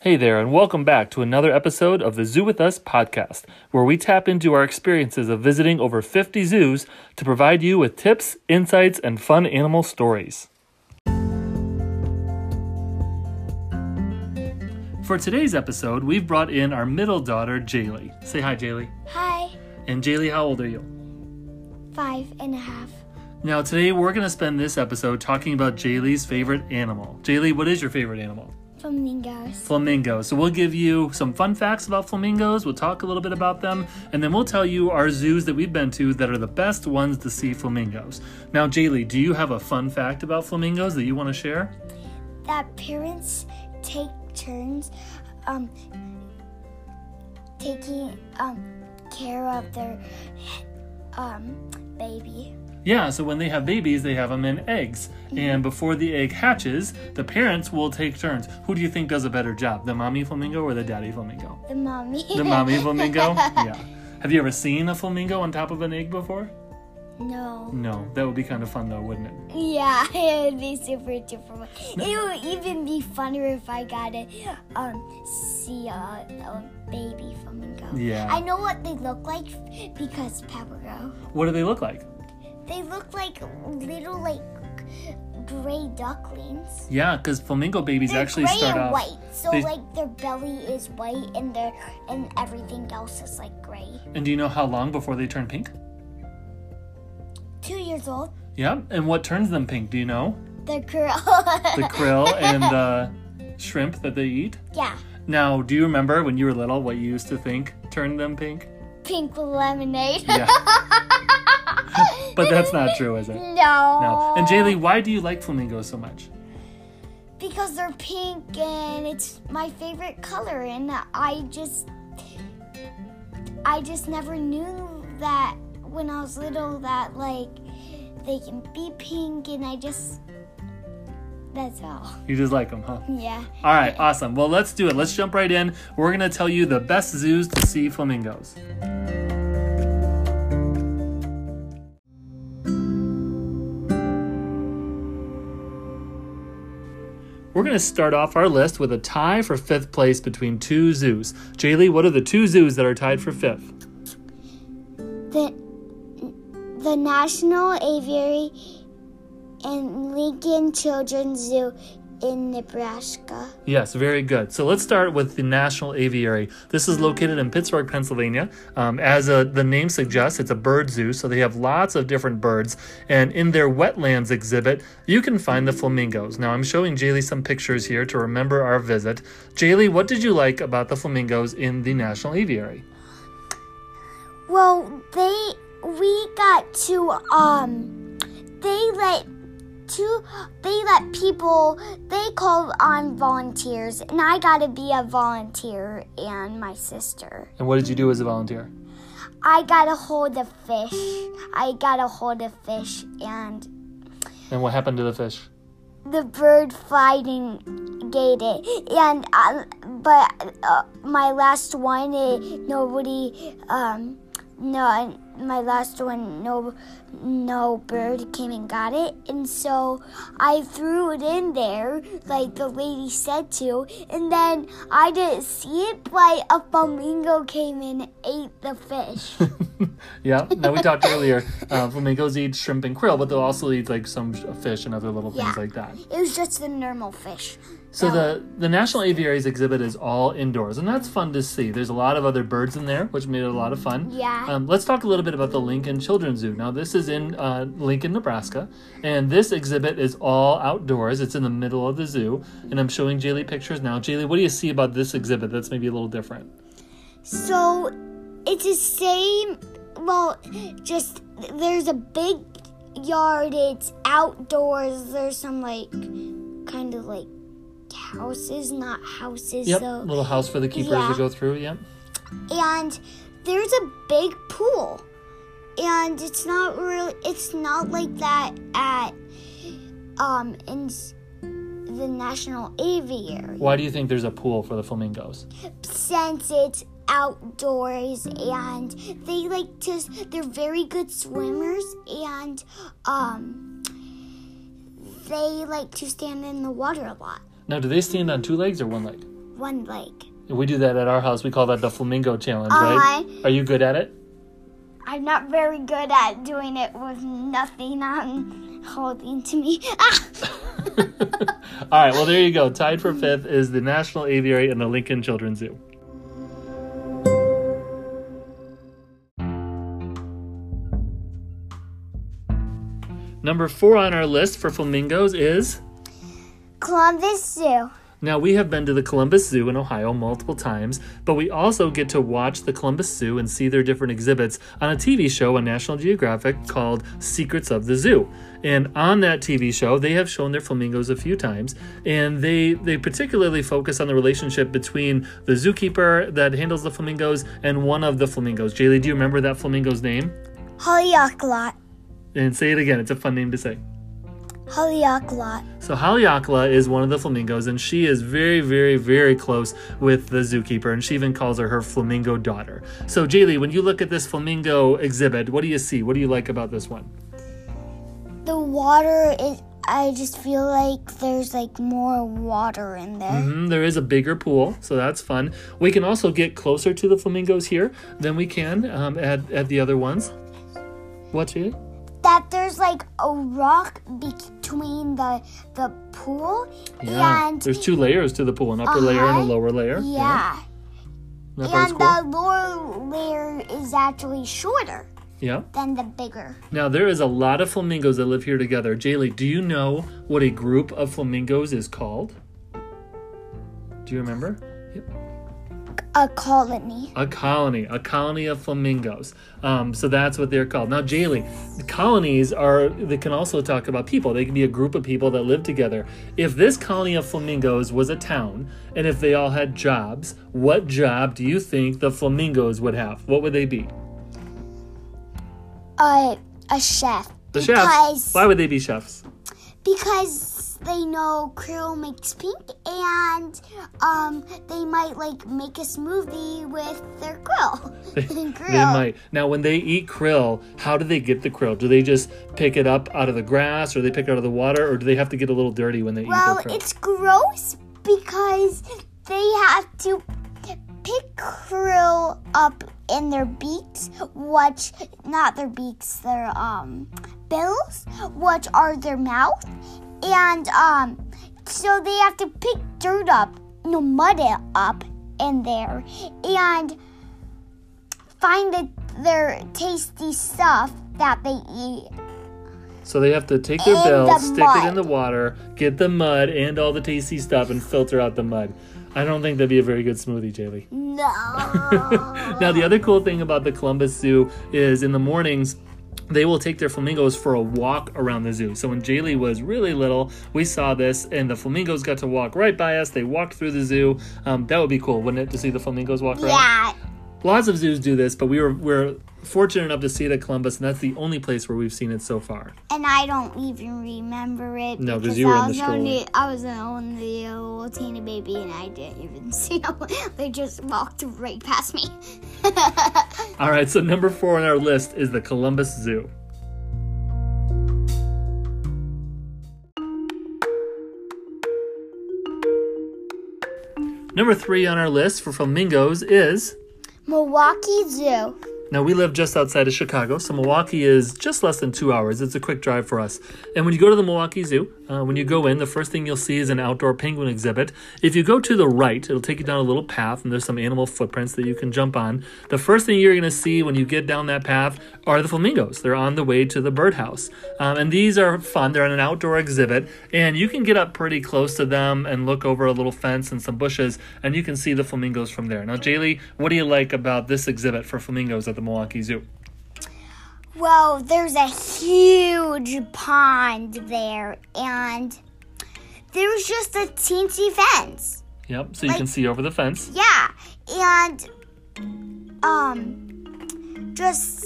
Hey there, and welcome back to another episode of the Zoo With Us podcast, where we tap into our experiences of visiting over 50 zoos to provide you with tips, insights, and fun animal stories. For today's episode, we've brought in our middle daughter, Jaylee. Say hi, Jaylee. Hi, And Jaylee, how old are you? five and a half. Now, today we're going to spend this episode talking about Jaylee's favorite animal. Jaylee, what is your favorite animal? Flamingos. flamingos. So we'll give you some fun facts about flamingos. We'll talk a little bit about them, and then we'll tell you our zoos that we've been to that are the best ones to see flamingos. Now, Jaylee, do you have a fun fact about flamingos that you want to share? That parents take turns um, taking um, care of their um, baby. Yeah, so when they have babies, they have them in eggs, and before the egg hatches, the parents will take turns. Who do you think does a better job, the mommy flamingo or the daddy flamingo? The mommy. The mommy flamingo. Yeah. Have you ever seen a flamingo on top of an egg before? no. No, that would be kind of fun though, wouldn't it? Yeah, it would be super duper. fun. It would even be funner if I got to um, see a, a baby flamingo. Yeah. I know what they look like because Papago. What do they look like? They look like little like gray ducklings. Yeah, because flamingo babies They're actually gray start and off. white, so they- like their belly is white and their and everything else is like gray. And do you know how long before they turn pink? Two years old, Yeah. And what turns them pink? Do you know? the girl. The krill and the shrimp that they eat. yeah, Now, do you remember when you were little what you used to think turned them pink? pink lemonade. Yeah. but that's not true, is it? no. No. And Jaylee, why do you like flamingos so much? Because they're pink and it's my favorite color, and I just, I just never knew that when I was little that like they can be pink, and I just, that's all. You just like them, huh? Yeah. All right, awesome. Well, let's do it. Let's jump right in. We're going to tell you the best zoos to see flamingos. We're going to start off our list with a tie for fifth place between two zoos. Jaylee, what are the two zoos that are tied for fifth? The, the National Aviary and Lincoln Children's Zoo in Nebraska. Yes, very good. So let's start with the National Aviary. This is located in Pittsburgh, Pennsylvania. Um, as uh the name suggests, it's a bird zoo, so they have lots of different birds. And in their wetlands exhibit, you can find the flamingos. Now, I'm showing Jaylee some pictures here to remember our visit. Jaylee, what did you like about the flamingos in the National Aviary? Well, they we got to um they let two they let people they called on volunteers and I got to be a volunteer and my sister. And what did you do as a volunteer? I got to hold a fish. I got to hold a fish and And what happened to the fish? the bird fighting gate it and uh, but uh, my last one it, nobody um no my last one no no bird came and got it and so i threw it in there like the lady said to and then i didn't see it but a flamingo came and ate the fish yeah, now we talked earlier. Uh, flamingos eat shrimp and krill, but they'll also eat like some fish and other little things Yeah. like that. it was just a normal fish So Oh. the the National Aviaries exhibit is all indoors, and that's fun to see. There's a lot of other birds in there, which made it a lot of fun. Yeah. Um, let's talk a little bit about the Lincoln Children's Zoo. Now this is in uh, Lincoln, Nebraska, and this exhibit is all outdoors. It's in the middle of the zoo, and I'm showing Jaylee pictures now. Jaylee, what do you see about this exhibit that's maybe a little different? So it's the same. Well, just there's a big yard. It's outdoors. There's some like kind of like houses, not houses. Yep. So little house for the keepers Yeah. to go through. Yep. and there's a big pool, and it's not really. It's not like that at um in s- the National Aviary Why do you think there's a pool for the flamingos? since it's outdoors and they like to they're very good swimmers and um they like to stand in the water a lot Now, do they stand on two legs or one leg? one leg. We do that at our house. We call that the flamingo challenge, right? Uh-huh. Are you good at it? I'm not very good at doing it with nothing on holding to me. Ah! All right, well, there you go. Tied for fifth is the National Aviary and the Lincoln Children's Zoo. Number four on our list for flamingos is. Columbus Zoo. Now, we have been to the Columbus Zoo in Ohio multiple times, but we also get to watch the Columbus Zoo and see their different exhibits on a TV show on National Geographic called Secrets of the Zoo. And on that TV show, they have shown their flamingos a few times, and they, they particularly focus on the relationship between the zookeeper that handles the flamingos and one of the flamingos. Jaylee, do you remember that flamingo's name? Holyokelot. And say it again, it's a fun name to say. Holyokelot. So Haleakala is one of the flamingos, and she is very, very, very close with the zookeeper, and she even calls her her flamingo daughter. So Jaylee, when you look at this flamingo exhibit, what do you see? What do you like about this one? The water is. I just feel like there's like more water in there. Mhm, there is a bigger pool, so that's fun. We can also get closer to the flamingos here than we can um, at at the other ones. What Jaylee? That there's like a rock between the the pool and there's two layers to the pool, an upper layer and a Uh-huh. lower layer. yeah, that part's and cool. the lower layer is actually shorter yeah. than the bigger. Now there is a lot of flamingos that live here together. Jaylee, do you know what a group of flamingos is called? Do you remember? A colony. A colony, a colony of flamingos. Um, so that's what they're called. Now, Jaylee, colonies are they can also talk about people. They can be a group of people that live together. If this colony of flamingos was a town, and if they all had jobs, what job do you think the flamingos would have? What would they be? A a chef. The chefs. because Why would they be chefs? because they know krill makes pink and um they might like make a smoothie with their krill. krill. They might. Now, when they eat krill, how do they get the krill? Do they just pick it up out of the grass, or they pick it out of the water, or do they have to get a little dirty when they Well, eat their krill? it's gross because they have to pick krill up in their beaks, which not their beaks, their um bills, which are their mouth, and um so they have to pick dirt up, no mud it up in there, and find the, their tasty stuff that they eat. so they have to take their In bill, the stick it in mud. the water, get the mud and all the tasty stuff, and filter out the mud. I don't think that'd be a very good smoothie, Jaylee. No. now the other cool thing about the Columbus Zoo is in the mornings they will take their flamingos for a walk around the zoo. So when Jaylee was really little, we saw this, and the flamingos got to walk right by us. They walked through the zoo. Um, that would be cool, wouldn't it, to see the flamingos walk around? yeah. Lots of zoos do this, but we were we're fortunate enough to see it at Columbus, and that's the only place where we've seen it so far. and I don't even remember it. No, 'cause you were in I the was stroller. only, I was only a little teeny baby, and I didn't even see them. they just walked right past me. All right, so number four on our list is the Columbus Zoo. Number three on our list for flamingos is. Milwaukee Zoo. Now, we live just outside of Chicago, so Milwaukee is just less than two hours. It's a quick drive for us. And when you go to the Milwaukee Zoo, uh, when you go in, the first thing you'll see is an outdoor penguin exhibit. If you go to the right, it'll take you down a little path, and there's some animal footprints that you can jump on. The first thing you're going to see when you get down that path are the flamingos. They're on the way to the birdhouse. Um, and these are fun. They're on an outdoor exhibit, and you can get up pretty close to them and look over a little fence and some bushes, and you can see the flamingos from there. Now, Jaylee, what do you like about this exhibit for flamingos at the Milwaukee Zoo? Well, there's a huge pond there, and there's just a teensy fence. Yep, so you can see over the fence. Yeah, and um, just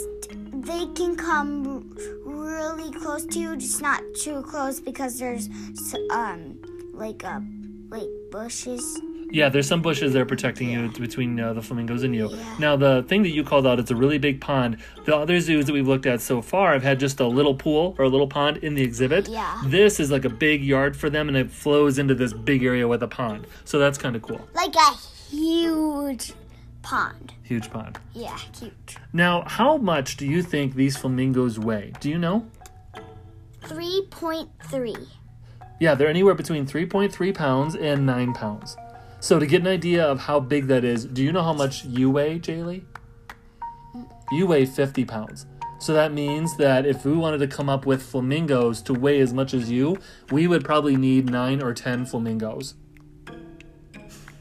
they can come really close to you, just not too close because there's s- um like a like bushes. Yeah, there's some bushes there protecting you between uh, the flamingos and you. Yeah. Now, the thing that you called out, it's a really big pond. The other zoos that we've looked at so far have had just a little pool or a little pond in the exhibit. Yeah. This is like a big yard for them, and it flows into this big area with a pond. So that's kind of cool. Like a huge pond. Huge pond. Yeah, huge. Now, how much do you think these flamingos weigh? Do you know? 3.3. Yeah, they're anywhere between 3.3 pounds and 9 pounds. So, to get an idea of how big that is, do you know how much you weigh, Jaylee? You weigh 50 pounds. So, that means that if we wanted to come up with flamingos to weigh as much as you, we would probably need 9 or 10 flamingos.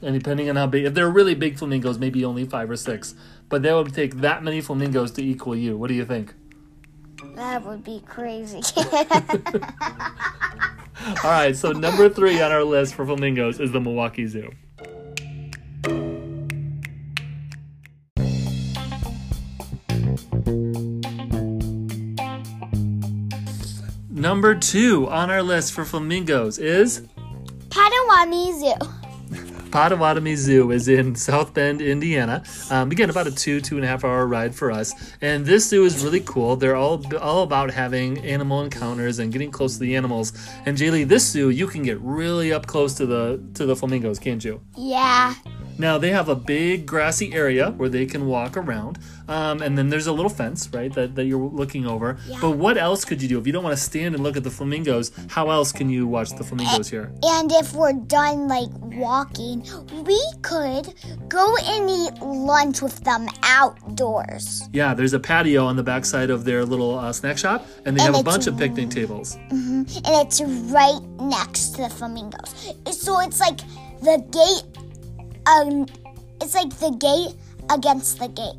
And depending on how big, if they're really big flamingos, maybe only 5 or 6. But that would take that many flamingos to equal you. What do you think? That would be crazy. All right, so number three on our list for flamingos is the Milwaukee Zoo. Number two on our list for flamingos is Potawatomi Zoo. Potawatomi Zoo is in South Bend, Indiana. Um, again, about a two two and a half hour ride for us. And this zoo is really cool. They're all all about having animal encounters and getting close to the animals. And Jaylee, this zoo you can get really up close to the to the flamingos, can't you? Yeah. Now they have a big grassy area where they can walk around, um, and then there's a little fence, right, that, that you're looking over. But what else could you do if you don't want to stand and look at the flamingos? How else can you watch the flamingos here? And if we're done like walking, we could go and eat lunch with them outdoors. Yeah, there's a patio on the backside of their little uh, snack shop, and they have a it's- bunch of picnic tables. And it's right next to the flamingos. So it's like the gate um it's like the gate against the gate.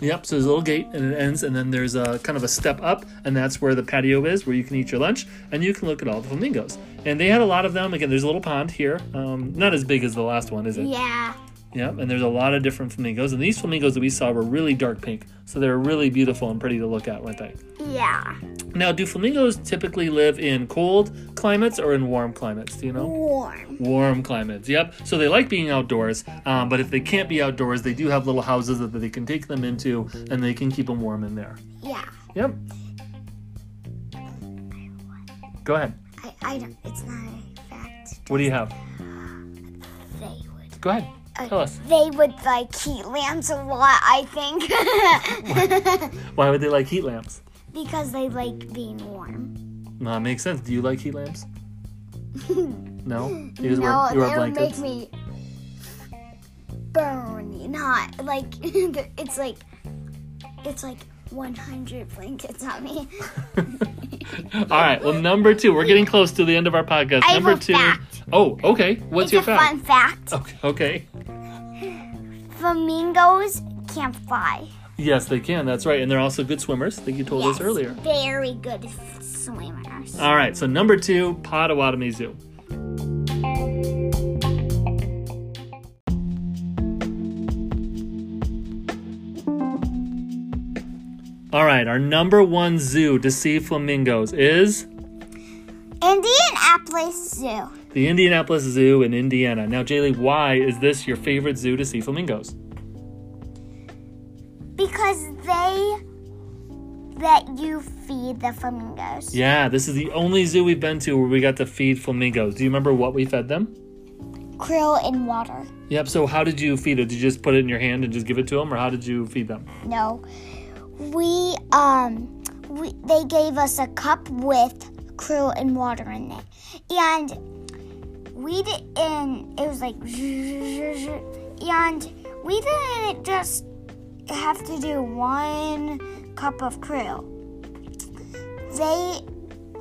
Yep, so there's a little gate and it ends, and then there's a kind of a step up, and that's where the patio is, where you can eat your lunch and you can look at all the flamingos. And they had a lot of them. Again, there's a little pond here, um, not as big as the last one, is it? Yeah. Yep, and there's a lot of different flamingos, and these flamingos that we saw were really dark pink, so they're really beautiful and pretty to look at, weren't they? Yeah. Now, do flamingos typically live in cold climates or in warm climates? Do you know? Warm. warm climates. Yep. So they like being outdoors, um, but if they can't be outdoors, they do have little houses that they can take them into, and they can keep them warm in there. Yeah. Yep. Go ahead. I, I don't it's not a fact. What do you have? They would Go ahead. Uh, Tell us. they would like heat lamps a lot, I think. Why would they like heat lamps? because they like being warm. Well, that makes sense. Do you like heat lamps? No. You just wear, you no, wear that would make blankets. me burn hot. Like it's like it's like 100 blankets on me. All right. Well, number two. We're getting close to the end of our podcast. I have number a two. fact. Oh, okay. What's it's your a fact? Oh. fun fact. Okay. Okay. Flamingos can't fly. Yes, they can. That's right. And they're also good swimmers. I think you told us earlier. Uh. Very good swimmers. All right, so number two, Potawatomi Zoo. All right, our number one zoo to see flamingos is Indianapolis Zoo. the Indianapolis Zoo in Indiana. Now, Jaylee, why is this your favorite zoo to see flamingos? Because they let you feed the flamingos. Yeah, this is the only zoo we've been to where we got to feed flamingos. Do you remember what we fed them? Krill in water. Yep, so how did you feed it? Did you just put it in your hand and just give it to them, or how did you feed them? No. We um we, they gave us a cup with krill and water in it. And we did and it was like and we didn't just have to do one cup of krill. They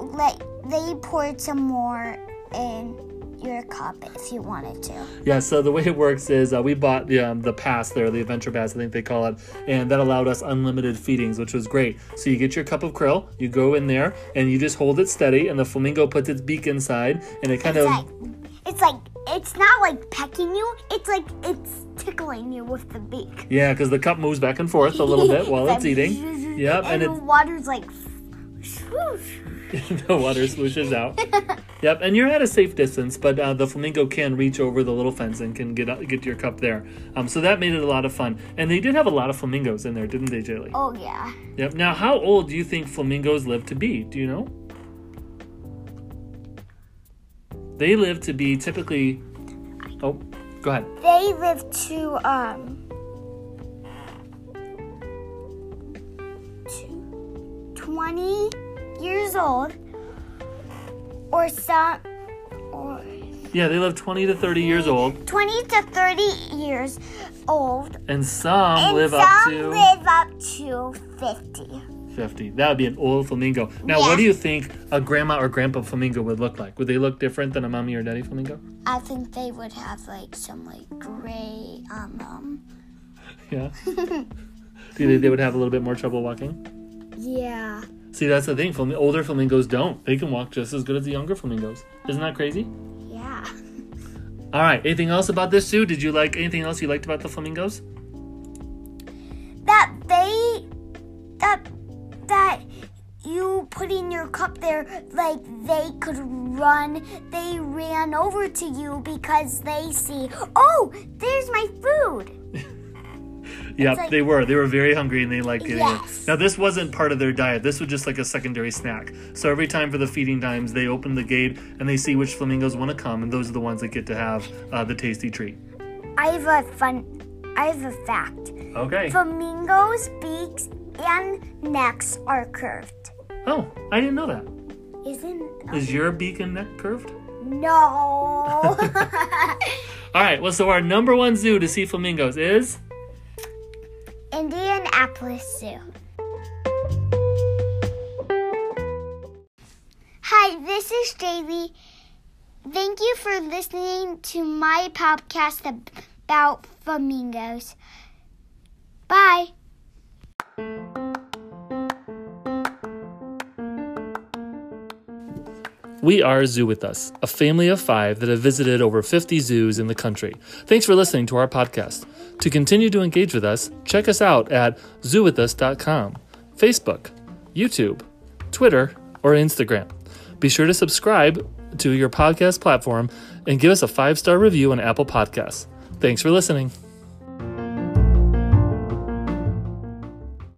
let they poured some more in your cup if you wanted to. Yeah, so the way it works is uh, we bought the um, the pass there, the adventure pass, I think they call it, and that allowed us unlimited feedings, which was great. So you get your cup of krill, you go in there, and you just hold it steady, and the flamingo puts its beak inside, and it kind like of it's like it's not like pecking you. It's like it's tickling you with the beak. yeah, because the cup moves back and forth a little bit while it's like eating. Yep, and the it water's like. swoosh. the water swooshes out. Yep, and you're at a safe distance, but uh, the flamingo can reach over the little fence and can get uh, get to your cup there. Um, so that made it a lot of fun. And they did have a lot of flamingos in there, didn't they, Jaylee? Oh yeah. Yep. Now, how old do you think flamingos live to be? Do you know? They live to be typically. Oh, go ahead. They live to um to twenty years old or some or Yeah, they live 20 to 30 years old, twenty to thirty years old. and some And live some up to live up to fifty. 50. That would be an old flamingo. Now, Yeah. what do you think a grandma or grandpa flamingo would look like? Would they look different than a mommy or daddy flamingo? I think they would have like some like gray um, on them. Yeah. do you think they would have a little bit more trouble walking? Yeah. See, that's the thing. Flam- older flamingos don't. They can walk just as good as the younger flamingos. Isn't that crazy? Yeah. All right. Anything else about this, Sue? Did you like anything else you liked about the flamingos? That they that that you put in your cup there like they could run they ran over to you because they see oh there's my food Yep, like- they were. They were very hungry and they liked getting Yes. it. Now, this wasn't part of their diet. This was just like a secondary snack. So every time for the feeding times, they open the gate and they see which flamingos want to come, and those are the ones that get to have uh, the tasty treat. i have a fun i have a fact Okay. flamingos beaks and necks are curved Oh, I didn't know that. isn't uh, Is your beak and neck curved? no All right. Well, so our number one zoo to see flamingos is. Indianapolis Zoo. Hi, this is Jaylee. Thank you for listening to my podcast ab- about flamingos. Bye. We are Zoo With Us, a family of five that have visited over 50 zoos in the country. Thanks for listening to our podcast. To continue to engage with us, check us out at zoowithus.com, Facebook, YouTube, Twitter, or Instagram. Be sure to subscribe to your podcast platform and give us a five star review on Apple Podcasts. Thanks for listening.